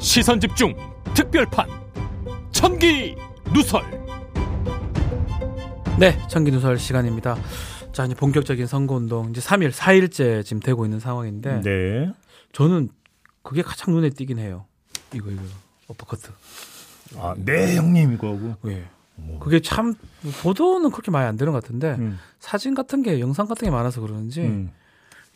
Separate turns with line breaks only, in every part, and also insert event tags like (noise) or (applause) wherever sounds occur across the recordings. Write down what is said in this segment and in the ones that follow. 시선 집중 특별판 천기 누설
네, 청기누설 시간입니다. 자, 이제 본격적인 선거운동 이제 3일, 4일째 지금 되고 있는 상황인데
네.
저는 그게 가장 눈에 띄긴 해요. 이거 이거 어퍼커트.
아, 네, 형님 이거고.
예. 그게 참 보도는 그렇게 많이 안 되는 것 같은데
뭐. 음.
사진 같은 게 영상 같은 게 많아서 그런지
음.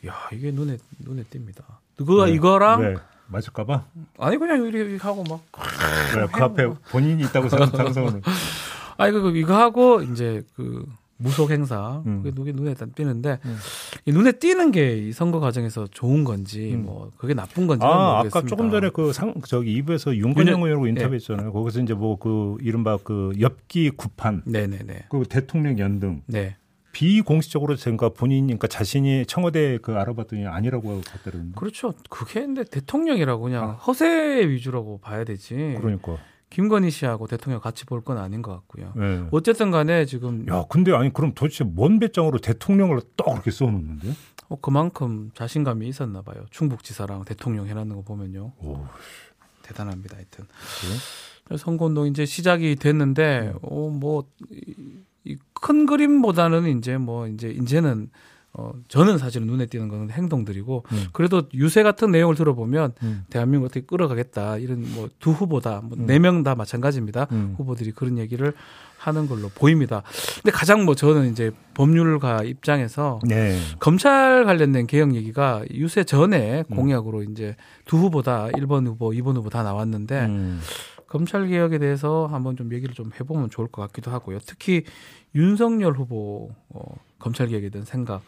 야 이게 눈에 눈에 띕니다. 그거
네.
이거랑 네.
왜? 맞을까봐?
아니 그냥 이렇게 하고 막
왜? 그 앞에 본인이
(laughs)
있다고 상상하는.
아니 그 이거 하고 이제 그 무속 행사
음.
그게 눈에, 눈에 딱 띄는데
음.
이 눈에 띄는 게 이 선거 과정에서 좋은 건지
음.
뭐 그게 나쁜 건지 는
아,
모르겠습니다.
아까 조금 전에 그 상, 저기 이부에서
윤여-
윤건영
네.
의원하고 인터뷰했잖아요. 거기서 이제 뭐 그 이른바 그 엽기 구판,
네네네
그리고 대통령 연등.
네
비공식적으로 제가 본인, 그러니까 자신이 청와대 그 알아봤더니 아니라고 하고 갔다는데.
그렇죠 그게 근데 대통령이라고 그냥 허세 위주라고 봐야 되지
아. 그러니까.
김건희 씨하고 대통령 같이 볼 건 아닌 것 같고요
예.
어쨌든 간에 지금
야, 근데 아니 그럼 도대체 뭔 배짱으로 대통령을 딱 그렇게 써놓는데?
어, 그만큼 자신감이 있었나 봐요 충북지사랑 대통령 해놨는 거 보면요
오,
대단합니다. 하여튼 선거운동 이제 시작이 됐는데 어, 뭐, 어뭐큰 그림보다는 이제 뭐 이제 이제는 어 저는 사실은 눈에 띄는 거는 행동들이고
음.
그래도 유세 같은 내용을 들어보면
음.
대한민국 어떻게 끌어가겠다 이런 뭐 두 후보다
음.
네 명 다 마찬가지입니다.
음.
후보들이 그런 얘기를 하는 걸로 보입니다. 근데 가장 뭐 저는 이제 법률가 입장에서
네.
검찰 관련된 개혁 얘기가 유세 전에
음.
공약으로 이제 두 후보다 1번 후보, 2번 후보 다 나왔는데
음.
검찰 개혁에 대해서 한번 좀 얘기를 좀 해보면 좋을 것 같기도 하고요. 특히 윤석열 후보 어, 검찰 개혁에 대한 생각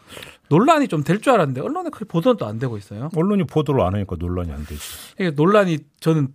논란이 좀 될 줄 알았는데 언론에 크게 보도는 또 안 되고 있어요.
언론이 보도를 안 하니까 논란이 안 되지.
이게 논란이 저는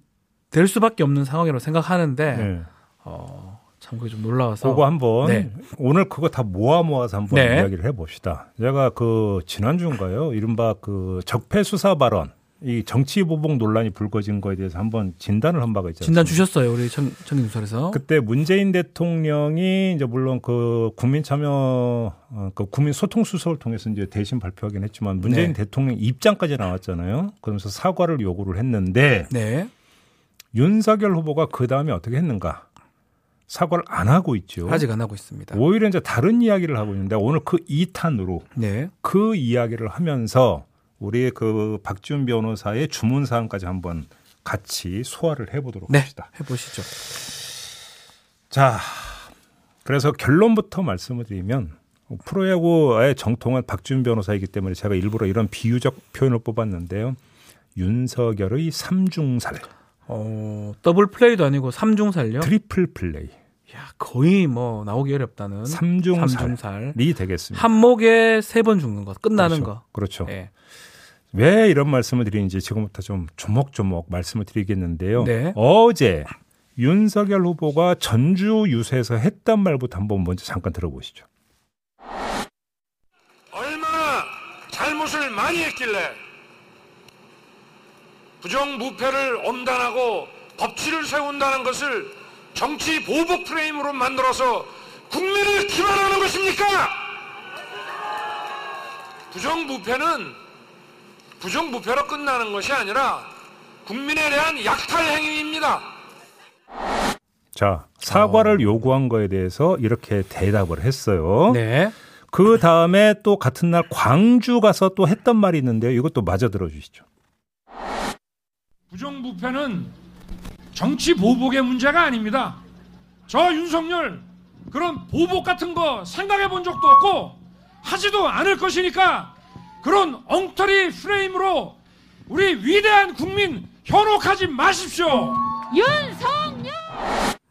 될 수밖에 없는 상황이라고 생각하는데
네.
어, 참 그게 좀 놀라워서
그거 한번
네.
오늘 그거 다 모아 모아서 한번
네.
이야기를 해봅시다. 제가 그 지난주인가요? 이른바 그 적폐 수사 발언, 이 정치 보복 논란이 불거진 거에 대해서 한번 진단을 한 바가 있잖아요.
진단 주셨어요 우리 청, 청인수설에서
그때 문재인 대통령이 이제 물론 그 국민 참여 어, 그 국민 소통 수석을 통해서 이제 대신 발표하긴 했지만
네.
문재인 대통령 입장까지 나왔잖아요. 그러면서 사과를 요구를 했는데
네
윤석열 후보가 그 다음에 어떻게 했는가? 사과를 안 하고 있죠.
아직 안 하고 있습니다.
오히려 이제 다른 이야기를 하고 있는데 오늘 그 2탄으로
네.
그 이야기를 하면서 우리 그 박지훈 변호사의 주문 사항까지 한번 같이 소화를 해보도록
네,
합시다.
해보시죠.
자, 그래서 결론부터 말씀을 드리면 프로야구의 정통한 박지훈 변호사이기 때문에 제가 일부러 이런 비유적 표현을 뽑았는데요. 윤석열의 삼중살,
어, 더블 플레이도 아니고 삼중살요
트리플 플레이,
야, 거의 뭐 나오기 어렵다는
삼중살이
삼중살.
되겠습니다.
한 목에 세 번 죽는 것 끝나는
그렇죠. 그렇죠.
거. 예.
왜 이런 말씀을 드리는지 지금부터 좀 조목조목 말씀을 드리겠는데요.
네.
어제 윤석열 후보가 전주 유세에서 했단 말부터 한번 먼저 잠깐 들어보시죠.
얼마나 잘못을 많이 했길래 부정부패를 엄단하고 법치를 세운다는 것을 정치 보복 프레임으로 만들어서 국민을 기만하는 것입니까? 부정부패는 부정부패로 끝나는 것이 아니라 국민에 대한 약탈 행위입니다.
자, 사과를 요구한 거에 대해서 이렇게 대답을 했어요.
어. 네.
그 다음에 또 같은 날 광주 가서 또 했던 말이 있는데요. 이것도 마저 들어주시죠.
부정부패는 정치 보복의 문제가 아닙니다. 저 윤석열 그런 보복 같은 거 생각해 본 적도 없고 하지도 않을 것이니까 그런 엉터리 프레임으로 우리 위대한 국민 현혹하지 마십시오.
윤석열!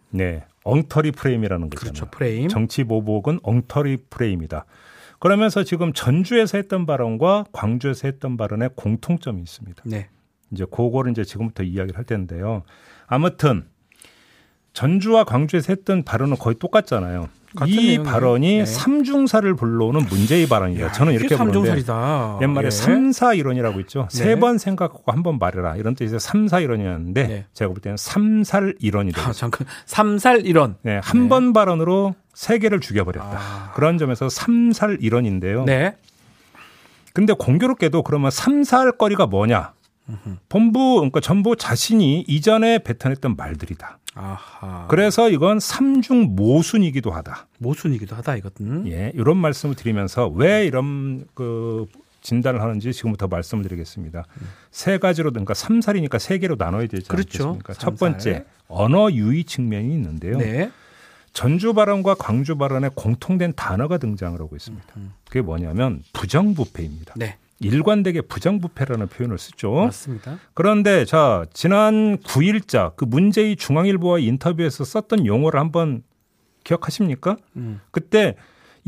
네. 엉터리 프레임이라는 거잖아요.
그렇죠. 프레임.
정치 보복은 엉터리 프레임이다. 그러면서 지금 전주에서 했던 발언과 광주에서 했던 발언에 공통점이 있습니다.
네.
이제 그거를 이제 지금부터 이야기를 할 텐데요. 아무튼 전주와 광주에서 했던 발언은 거의 똑같잖아요.
같은
이
내용이네요.
발언이
네.
삼중사를 불러오는 문제의 발언이다. 저는 이렇게 보는데
삼중살이다.
옛말에
예.
삼사 이론이라고 있죠.
네.
세 번 생각하고 한 번 말해라. 이런 뜻에서 삼사 이론이었는데
네.
제가 볼 때는 삼살
(laughs)
이론이 되요
아, 잠깐. 삼살 이런.
네, 한 번 발언으로 세 개를 죽여버렸다. 그런 점에서 삼살 이론인데요.
아. 네.
근데 공교롭게도 그러면 삼살 거리가 뭐냐? 본부 그러니까 전부 자신이 이전에 뱉어냈던 말들이다.
아하.
그래서 이건 삼중 모순이기도 하다.
모순이기도 하다 이것은.
예, 이런 말씀을 드리면서 왜 이런 그 진단을 하는지 지금부터 말씀을 드리겠습니다. 세 가지로 그러니까 삼살이니까 세 개로 나눠야 되지
음. 그렇죠.
않겠습니까?
삼살.
첫 번째 언어 유의 측면이 있는데요.
네.
전주 발언과 광주 발언에 공통된 단어가 등장을 하고 있습니다.
음,
그게 뭐냐면 부정부패입니다.
네.
일관되게 부정부패라는 표현을 쓰죠.
맞습니다.
그런데 자 지난 9일자 그 문제의 중앙일보와 인터뷰에서 썼던 용어를 한번 기억하십니까?
음.
그때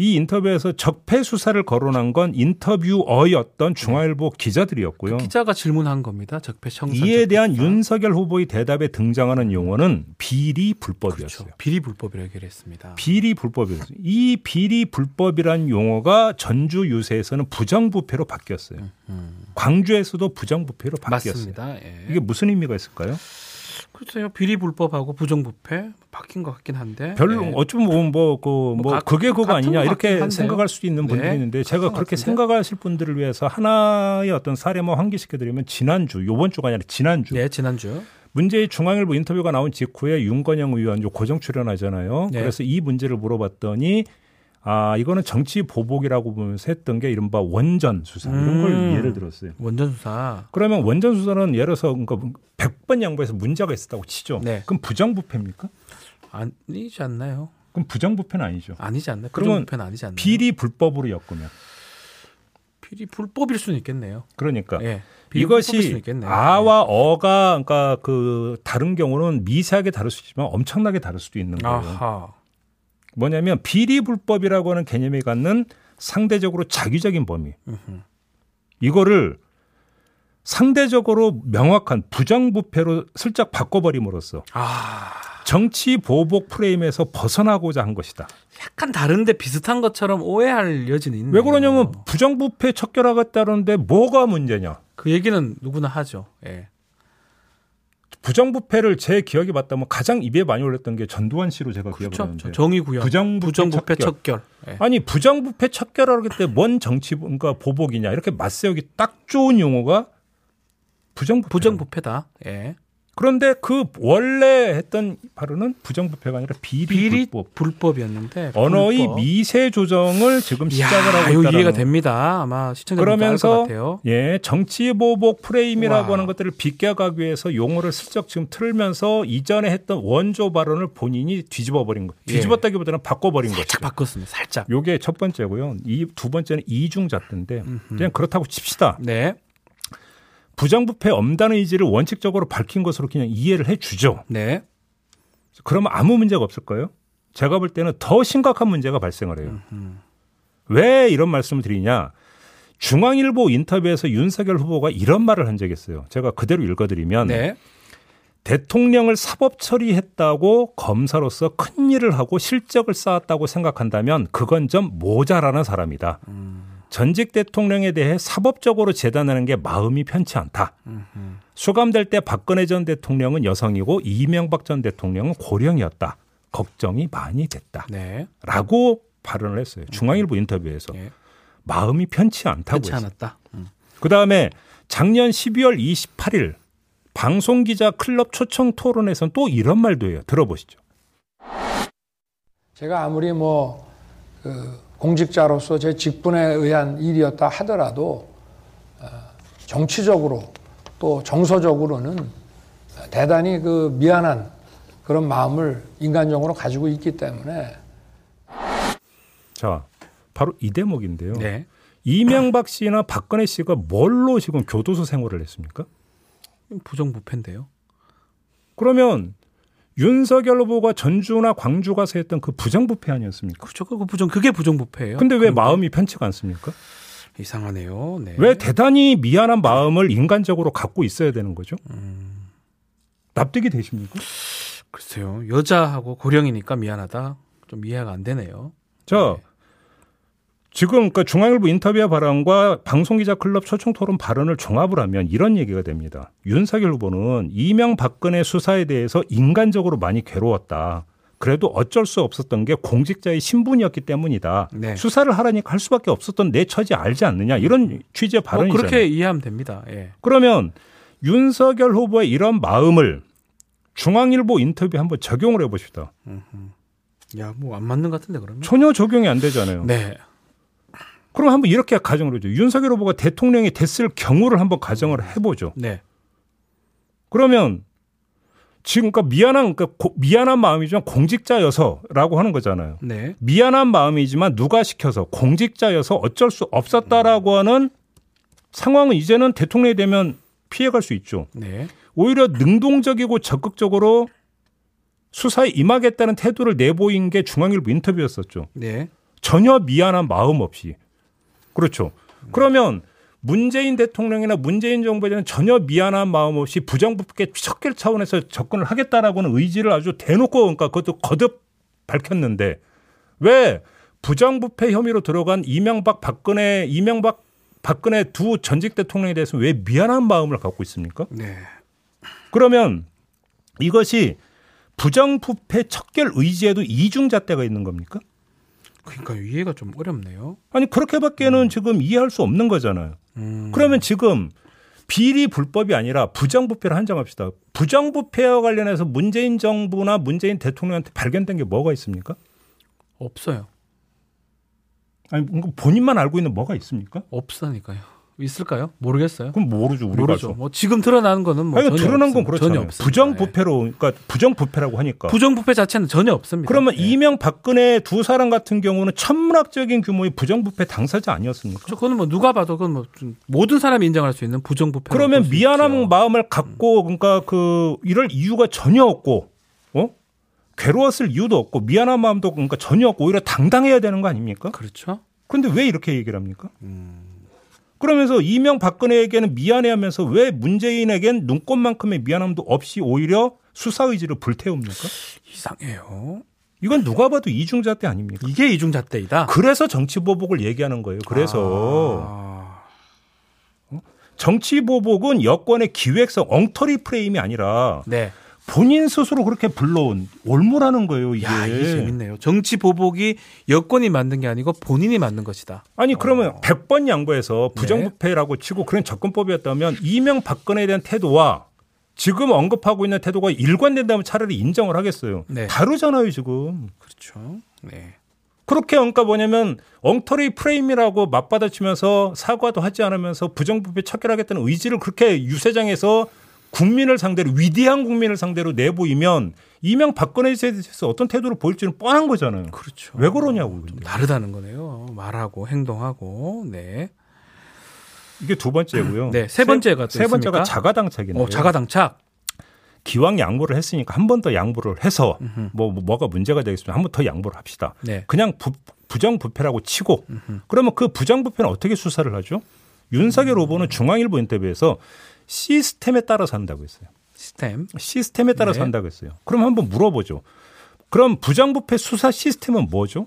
이 인터뷰에서 적폐 수사를 거론한 건 인터뷰어였던 중앙일보 기자들이었고요.
그 기자가 질문한 겁니다. 적폐 청산.
어. 이에 대한
적폐
윤석열 후보의 대답에 등장하는 용어는 비리
수사.
불법이었어요.
그렇죠. 비리 불법이라 얘기했습니다.
비리 불법이었어요. 이 비리 불법이란 용어가 전주 유세에서는 부정부패로 바뀌었어요. 광주에서도 부정부패로 바뀌었어요.
음, 맞습니다. 예.
이게 무슨 의미가 있을까요?
글쎄요 비리 불법하고 부정부패 바뀐 것 같긴 한데
별로
예.
어쩌면 뭐뭐 그, 뭐
가-
그게 그거
같은
아니냐
것 같긴
이렇게
한데요.
생각할 수도 있는 분들이
네,
있는데 제가
같은 것
그렇게
같은데.
생각하실 분들을 위해서 하나의 어떤 사례만 환기시켜드리면 지난주 요번 주가 아니라 지난주
네 지난주
문제의 중앙일보 인터뷰가 나온 직후에 윤건영 의원 요 고정 출연하잖아요.
네.
그래서 이 문제를 물어봤더니 아 이거는 정치 보복이라고 보면서 했던 게 이른바 원전 수사 이런
음.
걸 예를 들었어요.
원전 수사
그러면 원전 수사는 예를 들어서 그러니까 100번 양보해서 문제가 있었다고 치죠.
네.
그럼 부정부패입니까?
아니지 않나요?
그럼 부정부패는 아니죠.
아니지 네. 않나요?
그러면
부정부패는 아니지 않나요?
비리 불법으로 엮으면
비리 불법일 수는 있겠네요.
그러니까
예. 비리 불법일 수는
이것이
있겠네요.
아와 어가 그러니까 그 다른 경우는 미세하게 다를 수 있지만 엄청나게 다를 수도 있는
예.
거예요.
아하
뭐냐면 비리 불법이라고 하는 개념이 갖는 상대적으로 자기적인 범위 이거를 상대적으로 명확한 부정부패로 슬쩍 바꿔버림으로써
아
정치 보복 프레임에서 벗어나고자 한 것이다.
약간 다른데 비슷한 것처럼 오해할 여지는 있네요.
왜 그러냐면 부정부패 척결하겠다는데 뭐가 문제냐?
그 얘기는 누구나 하죠. 예.
부정부패를 제 기억이 맞다면 가장 입에 많이 올렸던 게 전두환 씨로 제가 기억을
그렇죠.
하는데
정의 구현
부정부패
부정부패
척결.
척결. 예.
아니 부정부패 척결하러 그때뭔 정치 뭔가 보복이냐 이렇게 맞세우기 딱 좋은 용어가 부정부패.
부정부패다. 예.
그런데 그 원래 했던 발언은 부정부패가 아니라 비리,
비리
불법.
불법이었는데
언어의
불법.
미세 조정을 지금
이야,
시작을 하고
이거
있다는
이해가 됩니다. 아마 시청자분들 알것
그러면서
같아요.
예 정치 보복 프레임이라고
와.
하는 것들을 비껴가기 위해서 용어를 슬쩍 지금 틀면서 이전에 했던 원조 발언을 본인이 뒤집어 버린 거
예.
뒤집었다기보다는 바꿔버린 거죠.
살짝 바꿨습니다. 살짝.
요게 첫 번째고요. 이 두 번째는 이중잣대인데 그냥 그렇다고 칩시다.
네,
부정부패 엄단의 의지를 원칙적으로 밝힌 것으로 그냥 이해를 해주죠.
네.
그러면 아무 문제가 없을 거예요. 제가 볼 때는 더 심각한 문제가 발생을 해요. 왜 이런 말씀을 드리냐? 중앙일보 인터뷰에서 윤석열 후보가 이런 말을 한 적이 있어요. 제가 그대로 읽어드리면
네.
대통령을 사법 처리했다고 검사로서 큰 일을 하고 실적을 쌓았다고 생각한다면 그건 좀 모자라는 사람이다. 전직 대통령에 대해 사법적으로 재단하는 게 마음이 편치 않다. 수감될 때 박근혜 전 대통령은 여성이고 이명박 전 대통령은 고령이었다. 걱정이 많이 됐다.
네.
라고 발언을 했어요. 중앙일보 인터뷰에서.
예.
마음이 편치 않다고
그렇지
했어요.
않았다. 음.
그 다음에 작년 12월 28일 방송기자 클럽 초청 토론에서는 또 이런 말도 해요. 들어보시죠.
제가 아무리 뭐 그, 공직자로서 제 직분에 의한 일이었다 하더라도 어, 정치적으로 또 정서적으로는 대단히 그 미안한 그런 마음을 인간적으로 가지고 있기 때문에
자, 바로 이 대목인데요.
네.
이명박 씨나 박근혜 씨가 뭘로 지금 교도소 생활을 했습니까?
부정부패인데요.
그러면 윤석열 후보가 전주나 광주 가서 했던 그 부정부패 아니었습니까?
그렇죠. 그거 부정 그게 부정부패예요.
근데 왜 마음이 편치가 않습니까?
이상하네요. 네.
왜 대단히 미안한 마음을 인간적으로 갖고 있어야 되는 거죠?
음.
납득이 되십니까?
글쎄요. 여자하고 고령이니까 미안하다. 좀 이해가 안 되네요. 뭐
자, 지금 그 중앙일보 인터뷰의 발언과 방송기자 클럽 초청 토론 발언을 종합을 하면 이런 얘기가 됩니다. 윤석열 후보는 이명박근혜 수사에 대해서 인간적으로 많이 괴로웠다. 그래도 어쩔 수 없었던 게 공직자의 신분이었기 때문이다.
네.
수사를 하라니까 할 수밖에 없었던 내 처지 알지 않느냐 이런 취지의
뭐
발언이잖아요.
그렇게 이해하면 됩니다. 예.
그러면 윤석열 후보의 이런 마음을 중앙일보 인터뷰 에 한번 적용을 해봅시다.
음. 야, 뭐 안 맞는 것 같은데 그러면.
전혀 적용이 안 되잖아요.
네.
그럼 한번 이렇게 가정을 해죠 윤석열 후보가 대통령이 됐을 경우를 한번 가정을 해보죠.
네.
그러면 지금 그러니까 미안한 그러니까 고- 미안한 마음이지만 공직자여서라고 하는 거잖아요.
네.
미안한 마음이지만 누가 시켜서 공직자여서 어쩔 수 없었다라고 하는 상황은 이제는 대통령이 되면 피해갈 수 있죠.
네.
오히려 능동적이고 적극적으로 수사에 임하겠다는 태도를 내보인 게 중앙일보 인터뷰였었죠.
네.
전혀 미안한 마음 없이. 그렇죠. 그러면 문재인 대통령이나 문재인 정부에 대한 전혀 미안한 마음 없이 부정부패 척결 차원에서 접근을 하겠다라고는 의지를 아주 대놓고 그러니까 그것도 거듭 밝혔는데 왜 부정부패 혐의로 들어간 이명박 박근혜 이명박 박근혜 두 전직 대통령에 대해서 왜 미안한 마음을 갖고 있습니까?
네.
그러면 이것이 부정부패 척결 의지에도 이중잣대가 있는 겁니까?
그러니까 이해가 좀 어렵네요.
아니 그렇게밖에는 지금 이해할 수 없는 거잖아요.
음.
그러면 지금 비리 불법이 아니라 부정부패를 한정합시다. 부정부패와 관련해서 문재인 정부나 문재인 대통령한테 발견된 게 뭐가 있습니까?
없어요.
아니 뭔가 본인만 알고 있는 뭐가 있습니까?
없으니까요. 있을까요? 모르겠어요.
그럼 모르죠 우리가.
모르죠. 뭐 지금 드러나는 거는 뭐
아니
전혀
드러난 건
없습니다.
그렇잖아요.
전혀 없습니다. 예.
부정부패로 그러니까 부정부패라고 하니까.
부정부패 자체는 전혀 없습니다.
그러면
예.
이명 박근혜 두 사람 같은 경우는 천문학적인 규모의 부정부패 당사자 아니었습니까?
저 그거는 뭐 누가 봐도 그건 뭐좀 모든 사람이 인정할 수 있는 부정부패.
그러면 미안한 마음을 갖고 그러니까 그 이럴 이유가 전혀 없고 어 괴로웠을 이유도 없고 미안한 마음도 그러니까 전혀 없고 오히려 당당해야 되는 거 아닙니까?
그렇죠.
그런데 왜 이렇게 얘기를 합니까? 그러면서 이명 박근혜에게는 미안해하면서 왜 문재인에겐 눈꽃만큼의 미안함도 없이 오히려 수사 의지를 불태웁니까?
이상해요.
이건 누가 봐도 이중잣대 아닙니까?
이게 이중잣대이다.
그래서 정치 보복을 얘기하는 거예요. 그래서
아, 어?
정치 보복은 여권의 기획성 엉터리 프레임이 아니라
네.
본인 스스로 그렇게 불러온 올무라는 거예요, 이게.
야, 아, 이게 재밌네요. 정치 보복이 여권이 만든 게 아니고 본인이 만든 것이다.
아니 그러면
어.
100번 양보해서
네.
부정부패라고 치고 그런 접근법이었다면 이명 박근혜에 대한 태도와 지금 언급하고 있는 태도가 일관된다면 차라리 인정을 하겠어요.
네.
다르잖아요, 지금.
그렇죠. 네.
그렇게 그러니까 뭐냐면 엉터리 프레임이라고 맞받아치면서 사과도 하지 않으면서 부정부패 척결하겠다는 의지를 그렇게 유세장에서 국민을 상대로 위대한 국민을 상대로 내보이면 이명 박근혜 세에 대해서 어떤 태도를 보일지는 뻔한 거잖아요.
그렇죠.
왜 그러냐고. 근데.
다르다는 거네요. 말하고 행동하고. 네.
이게 두 번째고요.
네, 세 번째가 또
세 번째가
있습니까?
자가당착인데요.
어, 자가당착.
기왕 양보를 했으니까 한 번 더 양보를 해서 뭐 뭐- 뭐가 문제가 되겠습니까? 한 번 더 양보를 합시다.
네.
그냥 부, 부정부패라고 치고 그러면 그 부정부패는 어떻게 수사를 하죠? 윤석열
음.
후보는 중앙일보 인터뷰에서 시스템에 따라서 한다고 했어요.
시스템.
시스템에 따라서
네.
한다고 했어요. 그럼 한번 물어보죠. 그럼 부정부패 수사 시스템은 뭐죠?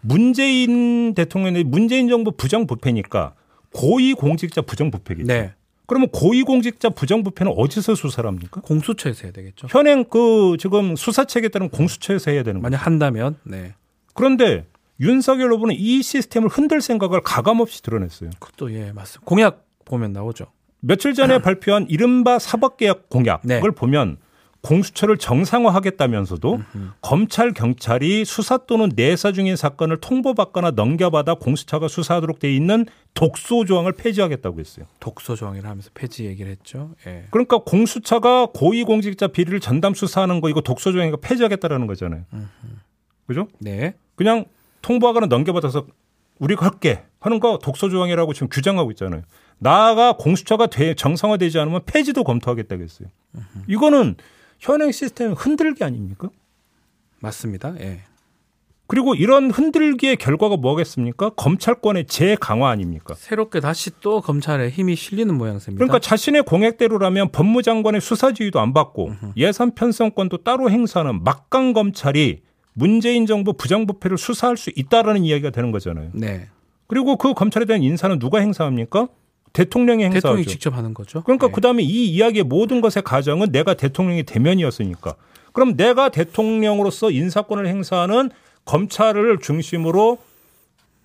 문재인 대통령의 문재인 정부 부정부패니까 고위공직자 부정부패겠죠.
네.
그러면 고위공직자 부정부패는 어디서 수사를 합니까?
공수처에서 해야 되겠죠.
현행 그 지금 수사체계에 따른 공수처에서 해야 되는 거예요.
만약 한다면 네.
그런데 윤석열 후보는 이 시스템을 흔들 생각을 가감없이 드러냈어요.
그것도 예, 맞습니다. 공약 보면 나오죠.
며칠 전에 발표한 이른바 사법개혁 공약을
네.
보면 공수처를 정상화하겠다면서도 검찰 경찰이 수사 또는 내사 중인 사건을 통보받거나 넘겨받아 공수처가 수사하도록 돼 있는 독소 조항을 폐지하겠다고 했어요.
독소 조항이라 하면서 폐지 얘기를 했죠. 예.
그러니까 공수처가 고위공직자 비리를 전담 수사하는 거 이거 독소 조항이니까 폐지하겠다라는 거잖아요. 그죠?
네.
그냥 통보하거나 넘겨받아서 우리가 할게 하는 거 독소 조항이라고 지금 규정하고 있잖아요. 나아가 공수처가 돼- 정상화되지 않으면 폐지도 검토하겠다고 했어요. 이거는 현행 시스템 흔들기 아닙니까?
맞습니다. 예.
그리고 이런 흔들기의 결과가 뭐겠습니까? 검찰권의 재강화 아닙니까?
새롭게 다시 또 검찰에 힘이 실리는 모양새입니다.
그러니까 자신의 공약대로라면 법무장관의 수사지휘도 안 받고 예산 편성권도 따로 행사하는 막강 검찰이 문재인 정부 부정부패를 수사할 수 있다라는 이야기가 되는 거잖아요.
네.
그리고 그 검찰에 대한 인사는 누가 행사합니까? 대통령이 행사하죠.
대통령이 직접 하는 거죠.
그러니까
예.
그다음에 이 이야기의 모든 것의 가정은 내가 대통령이 대면이었으니까. 그럼 내가 대통령으로서 인사권을 행사하는 검찰을 중심으로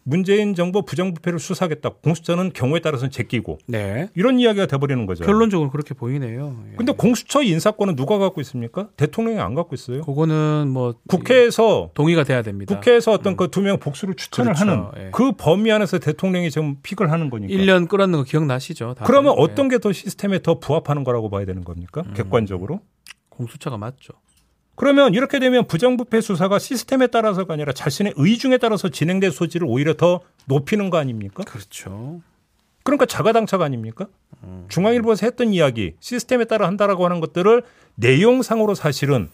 문재인 정부 부정부패를 수사하겠다. 공수처는 경우에 따라서는 제끼고
네.
이런 이야기가 돼버리는 거죠.
결론적으로 그렇게 보이네요. 예.
네. 근데 공수처 인사권은 누가 갖고 있습니까? 대통령이 안 갖고 있어요.
그거는 뭐
국회에서
동의가 돼야 됩니다.
국회에서 어떤 그 두 명 복수를 추천을
음. 그렇죠.
하는
예.
그 범위 안에서 대통령이 지금 픽을 하는 거니까.
1년 끌었는 거 기억나시죠? 다들?
그러니까. 그러면
예.
어떤 게 더 시스템에 더 부합하는 거라고 봐야 되는 겁니까? 객관적으로?
공수처가 맞죠.
그러면 이렇게 되면 부정부패 수사가 시스템에 따라서가 아니라 자신의 의중에 따라서 진행될 소지를 오히려 더 높이는 거 아닙니까?
그렇죠.
그러니까 자가당착 아닙니까? 중앙일보에서 했던 이야기 시스템에 따라 한다라고 하는 것들을 내용상으로 사실은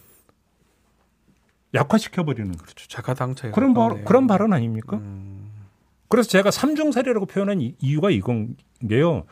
약화시켜버리는 거죠.
자가당착.
그런 발, 그런 발언 아닙니까? 그래서 제가 삼중사례라고 표현한 이- 이유가 이건 게요.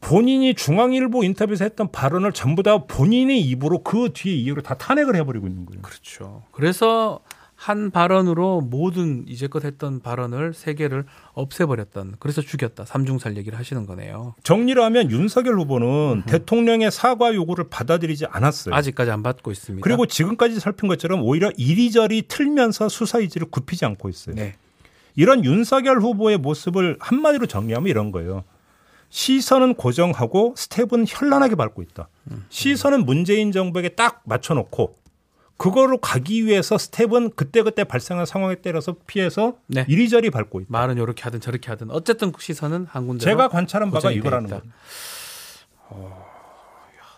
본인이 중앙일보 인터뷰에서 했던 발언을 전부 다 본인의 입으로 그 뒤에 이유를 다 탄핵을 해버리고 있는 거예요.
그렇죠. 그래서 한 발언으로 모든 이제껏 했던 발언을 세 개를 없애버렸던. 그래서 죽였다. 삼중살 얘기를 하시는 거네요.
정리를 하면 윤석열 후보는 대통령의 사과 요구를 받아들이지 않았어요.
아직까지 안 받고 있습니다.
네. 그리고 지금까지 살핀 것처럼 오히려 이리저리 틀면서 수사 의지를 굽히지 않고 있어요.
네.
이런 윤석열 후보의 모습을 한마디로 정리하면 이런 거예요. 시선은 고정하고 스텝은 현란하게 밟고 있다.
음.
시선은 문재인 정부에게 딱 맞춰놓고 그거로 가기 위해서 스텝은 그때그때 발생한 상황에 따라서 피해서
네.
이리저리 밟고 있다.
말은 이렇게 하든 저렇게 하든 어쨌든 그 시선은 한 군데.
제가 관찰한 바가
고정이 돼
이거라는
있다.
거예요.
어,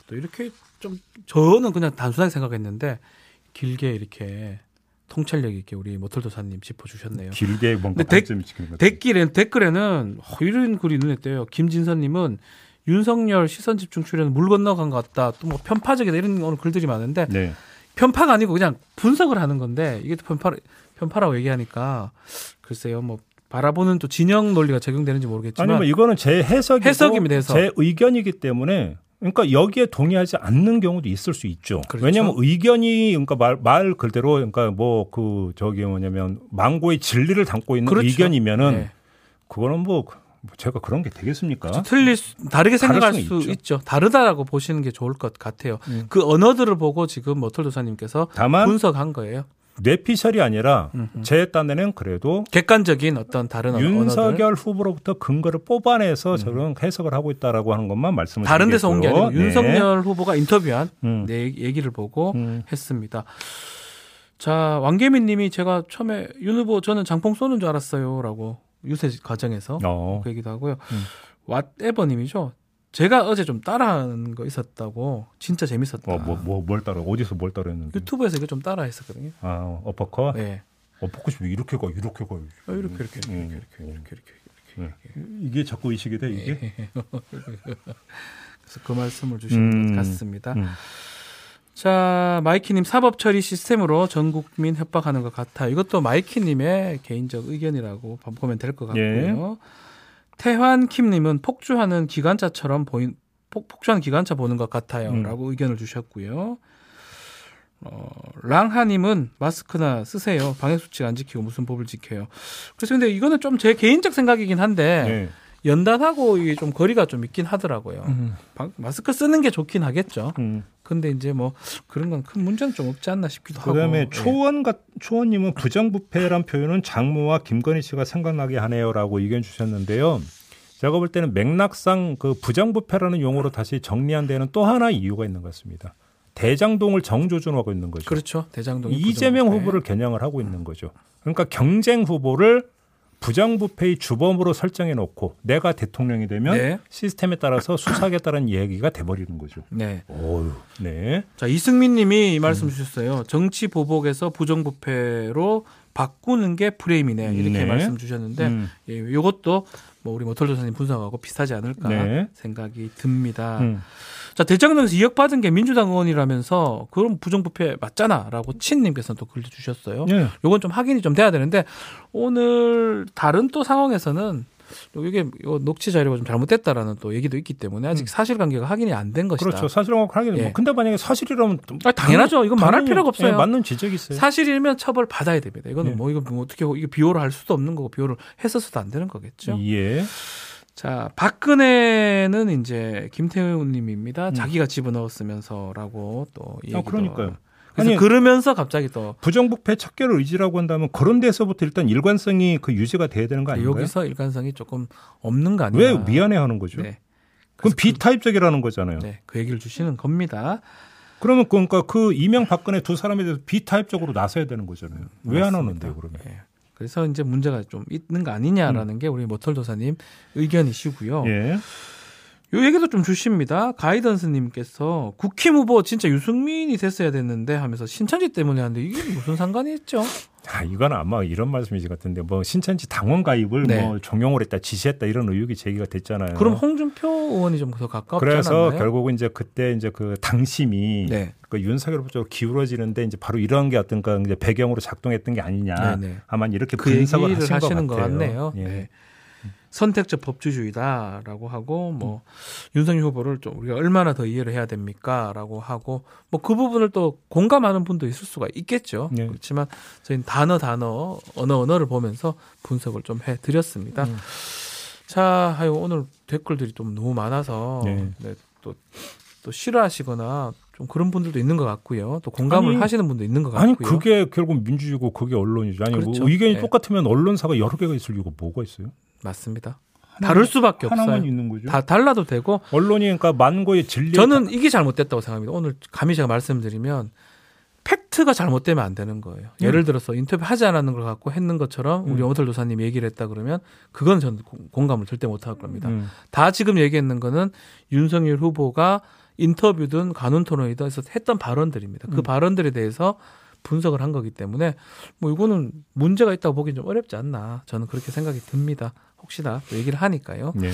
또 이렇게 좀 저는 그냥 단순하게 생각했는데 길게 이렇게 통찰력 있게 우리 모털도사님 짚어주셨네요.
길게 뭔가
근데 대-
단점이 지키는 것
댓글에 댓글에는 어, 이런 글이 눈에 띄어요. 김진선님은 윤석열 시선 집중 출연 물 건너간 것 같다. 또 뭐 편파적이다 이런 오늘 글들이 많은데
네.
편파가 아니고 그냥 분석을 하는 건데 이게 또 편파 편파라고 얘기하니까 글쎄요 뭐 바라보는 또 진영 논리가 적용되는지 모르겠지만
아니면 이거는 제 해석이고
해석입니다, 해석.
제 의견이기 때문에 그러니까 여기에 동의하지 않는 경우도 있을 수 있죠.
그렇죠.
왜냐하면 의견이 그러니까 말, 말 그대로 그러니까 뭐 그 저기 뭐냐면 망고의 진리를 담고 있는
그렇죠.
의견이면은
네.
그거는 뭐 그- 뭐 제가 그런 게 되겠습니까?
틀릴 수, 다르게 생각할 수
수는
있죠.
있죠. 음.
다르다라고 보시는 게 좋을 것 같아요. 그 언어들을 보고 지금 머털 도사님께서
다만
분석한 거예요.
뇌피셜이 아니라 제 딴에는 그래도
객관적인 어떤 다른 언- 언어들. 음.
윤석열 후보로부터 근거를 뽑아내서 저런 해석을 하고 있다라고 하는 것만 말씀을
다른 데서 온 게
드리겠고요.
아니고
네.
윤석열 후보가 인터뷰한
음.
내 얘기를 보고
음.
했습니다. 자, 왕계민 님이 제가 처음에 윤 후보 저는 장풍 쏘는 줄 알았어요라고 유세 과정에서
어.
그 얘기도 하고요. 왓에버 님이죠. 제가 어제 좀 따라하는 거 있었다고 진짜 재밌었다.
어, 뭐, 뭐, 뭘 따라, 어디서 뭘 따라 했는데.
유튜브에서 이거 좀 따라 했었거든요.
아,
(laughs)
어퍼컷?
네.
엎어고 면 이렇게 가 이렇게 가
어, 이렇게 이렇게 이렇게
음. 네.
이렇게 이렇게 이렇게. 예.
이게 자꾸 의식이 돼 이게
그래서 그 말씀을 주신
음.
것 같습니다.
음.
자, 마이키님 사법 처리 시스템으로 전 국민 협박하는 것 같아. 이것도 마이키님의 개인적 의견이라고 보면 될 것 같고요.
예.
태환 킴님은 폭주하는 기관차처럼 보인 폭, 폭주하는 기관차 보는 것
음.
같아요라고 의견을 주셨고요. 어, 랑하님은 마스크나 쓰세요. 방역 수칙 안 지키고 무슨 법을 지켜요. 그래서 근데 이거는 좀 제 개인적 생각이긴 한데
네.
연단하고 이게 좀 거리가 좀 있긴 하더라고요. 방- 마스크 쓰는 게 좋긴 하겠죠.
음.
근데 이제 뭐 그런 건 큰 문제는 좀 없지 않나 싶기도 하고.
그다음에
예.
초원 같 초원님은 부정부패란 표현은 장모와 김건희 씨가 생각나게 하네요라고 의견 주셨는데요. 제가 볼 때는 맥락상 그 부정부패라는 용어로 다시 정리한 데는 또 하나 이유가 있는 것 같습니다. 대장동을 정조준하고 있는 거죠.
그렇죠. 대장동
이재명 후보를 겨냥을 하고 있는 거죠. 그러니까 경쟁 후보를 부정부패의 주범으로 설정해 놓고 내가 대통령이 되면
네.
시스템에 따라서 수사하겠다는 얘기가 돼버리는 거죠.
네.
어유 네.
자 이승민님이 이
음.
말씀 주셨어요. 정치 보복에서 부정부패로 바꾸는 게 프레임이네 이렇게
네.
말씀 주셨는데
음.
예, 이것도 뭐 우리 모털조사님 분석하고 비슷하지 않을까
네.
생각이 듭니다.
음.
자 대장동에서 2억 받은 게 민주당 의원이라면서 그럼 부정부패 맞잖아라고 친님께서 또 글 주셨어요.
네.
요건 좀 확인이 좀 돼야 되는데 오늘 다른 또 상황에서는 또 이게 요 녹취 자료가 좀 잘못됐다라는 또 얘기도 있기 때문에 아직 사실관계가 확인이 안 된 것이다.
음. 그렇죠. 사실은 확인이
예.
뭐. 근데 만약에 사실이라면 좀
아, 당연하죠. 이건 말할
당연히-
필요가 없어요.
예, 맞는 지적이 있어요.
사실이면 처벌 받아야 됩니다. 이거는
예.
뭐 이거 뭐 어떻게 이거 비호를 할 수도 없는 거고 비호를 했었어도 안 되는 거겠죠.
예.
자 박근혜는 이제 김태우님입니다. 자기가 집어넣었으면서라고 또 얘기도
아, 음. 그러니까요.
그래서
아니,
그러면서 갑자기 또
부정부패 척결을 의지라고 한다면 그런 데서부터 일단 일관성이 그 유지가 돼야 되는 거 아닌가요?
여기서 일관성이 조금 없는 거 아니냐.
왜 미안해하는 거죠?
네.
그건 비타입적이라는 거잖아요.
네, 그 얘기를 주시는 겁니다.
그러면 그러니까 그 이명 박근혜 두 사람에 대해서 비타입적으로 나서야 되는 거잖아요. 왜 안 오는데요, 그러면?
예. 그래서 이제 문제가 좀 있는 거 아니냐라는 게 우리 모털 도사님 의견이시고요.
음. 예.
요 얘기도 좀 주십니다. 가이던스님께서 국힘 후보 진짜 유승민이 됐어야 됐는데 하면서 신천지 때문에 하는데 이게 무슨 상관이 있죠?
아, 이건 아마 이런 말씀이신 것 같은데 뭐 신천지 당원 가입을
네.
뭐 종용을 했다, 지시했다 이런 의혹이 제기가 됐잖아요.
그럼 홍준표 의원이 좀 더 가깝지
예. 그래서
않았나요?
결국은 이제 그때 이제 그 당심이
네.
그 윤석열 후보 쪽으로 기울어지는데 이제 바로 이런 게 어떤가 그 이제 배경으로 작동했던 게 아니냐.
네네.
아마 이렇게
그
분석을
얘기를
하신
하시는
것
것
같아요.
같네요.
예.
네. 선택적 법치주의다라고 하고 뭐
음.
윤석열 후보를 좀 우리가 얼마나 더 이해를 해야 됩니까라고 하고 뭐 그 부분을 또 공감하는 분도 있을 수가 있겠죠.
네.
그렇지만 저희는 단어 단어 언어 언어를 보면서 분석을 좀 해드렸습니다.
음.
자, 하여 오늘 댓글들이 좀 너무 많아서
네.
네, 또, 또 싫어하시거나 좀 그런 분들도 있는 것 같고요. 또 공감을
아니,
하시는 분도 있는 것 같고요.
아니 그게 결국 민주주의고 그게 언론이죠. 아니
그렇죠.
뭐 의견이
예.
똑같으면 언론사가 여러 개가 있을 이유가 뭐가 있어요?
맞습니다. 다를 수밖에
하나만
없어요.
있는 거죠.
다 달라도 되고
언론이 그러니까 만고의 진리.
저는 이게 예? 잘못됐다고 생각합니다. 오늘 감히 제가 말씀드리면 팩트가 잘못되면 안 되는 거예요. 음. 예를 들어서 인터뷰 하지 않았는 걸 갖고 했는 것처럼 우리 영호철 도사님 이 얘기를 했다 그러면 그건 저는 공- 공감을 절대 못 할 겁니다.
음.
다 지금 얘기했는 거는 윤석열 후보가 인터뷰든 간훈 토론이든 해서 했던 발언들입니다. 그 발언들에 대해서 분석을 한 거기 때문에 뭐 이거는 문제가 있다고 보기엔 좀 어렵지 않나 저는 그렇게 생각이 듭니다. 혹시나 또 얘기를 하니까요.
네.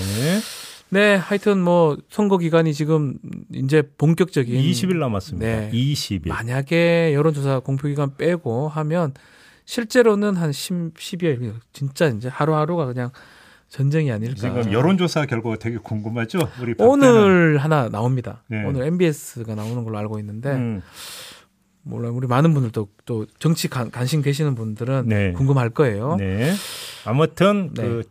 네, 하여튼 뭐 선거 기간이 지금 이제 본격적인
20일 남았습니다.
예. 네.
20일.
만약에 여론조사 공표 기간 빼고 하면 실제로는 한 10, 12일 진짜 이제 하루하루가 그냥 전쟁이 아닐까.
지금 여론조사 결과가 되게 궁금하죠? 우리 박
오늘 하나 나옵니다.
네.
오늘 MBS가 나오는 걸로 알고 있는데
때는. 음.
몰라 요 우리 많은 분들도 또 정치 관, 관심 계시는 분들은
네.
궁금할 거예요.
네. 아무튼
어? 네.
그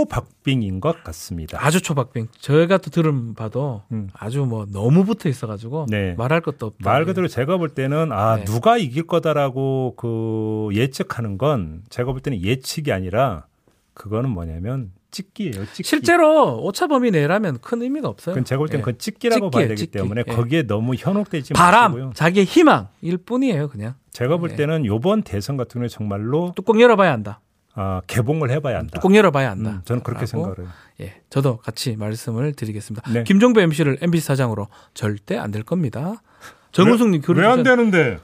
초박빙인 것 같습니다.
아주 초박빙. 저희가 또 들은 봐도
음.
아주 뭐 너무 붙어 있어가지고
네.
말할 것도 없다.
말 그대로 제가 볼 때는 아
네.
누가 이길 거다라고 그 예측하는 건 제가 볼 때는 예측이 아니라 그거는 뭐냐면 찍기예요. 찍기.
실제로 오차 범위 내라면 큰 의미가 없어요.
그건 제가 볼 때는
예.
그건 찍기라고 봐야
찍기예요,
되기
찍기.
때문에
예.
거기에 너무 현혹되지
바람,
마시고요.
자기의 희망일 뿐이에요, 그냥.
제가 볼
예.
때는 요번 대선 같은 경우에 정말로
뚜껑 열어봐야 한다.
아, 개봉을 해봐야 한다.
뚜껑 열어봐야 한다.
음, 저는 그렇게
라고,
생각을 해요.
예, 저도 같이 말씀을 드리겠습니다.
네.
김종배 MC를 MBC 사장으로 절대 안 될 겁니다. 정우승님 그러셨-
되는데?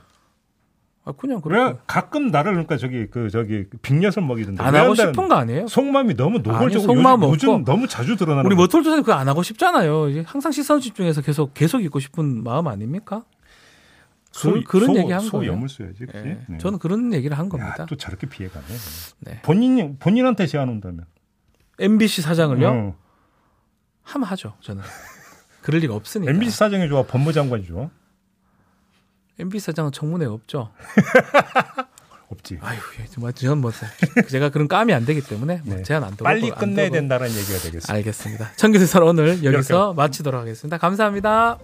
아, 그냥 그
왜
렇
가끔 나를 그러니까 저기 그 저기 빅녀을 먹이던데
안
왜
하고
되는데?
싶은 거 아니에요?
속마음이 너무
아니,
노골적으로
속마음
요즘, 요즘
없고.
너무 자주 드러나는
우리 뭐
거.
머털조사는 그거 안 하고 싶잖아요. 이제 항상 시선 집중해서 계속 계속 있고 싶은 마음 아닙니까? 그- 그런 얘기 한
소
거예요.
염을 써야지. 그치?
예,
네.
저는 그런 얘기를 한
야,
겁니다.
또 저렇게 피해가네.
네.
본인 본인한테 제안 온다면.
MBC 사장을요?
어.
하면 하죠. 저는 그럴 리가 없으니까.
MBC 사장이 좋아, 법무장관이 좋아?
MBC 사장은 청문회 없죠.
없지.
아유, 예, 정말 저는 뭐 제가 그런 까미 안 되기 때문에 뭐
네.
제안 안 되고
빨리
안
끝내야
되고.
된다는 얘기가 되겠습니다.
알겠습니다. 청교도설 오늘 여기서 마치도록 하겠습니다. 감사합니다.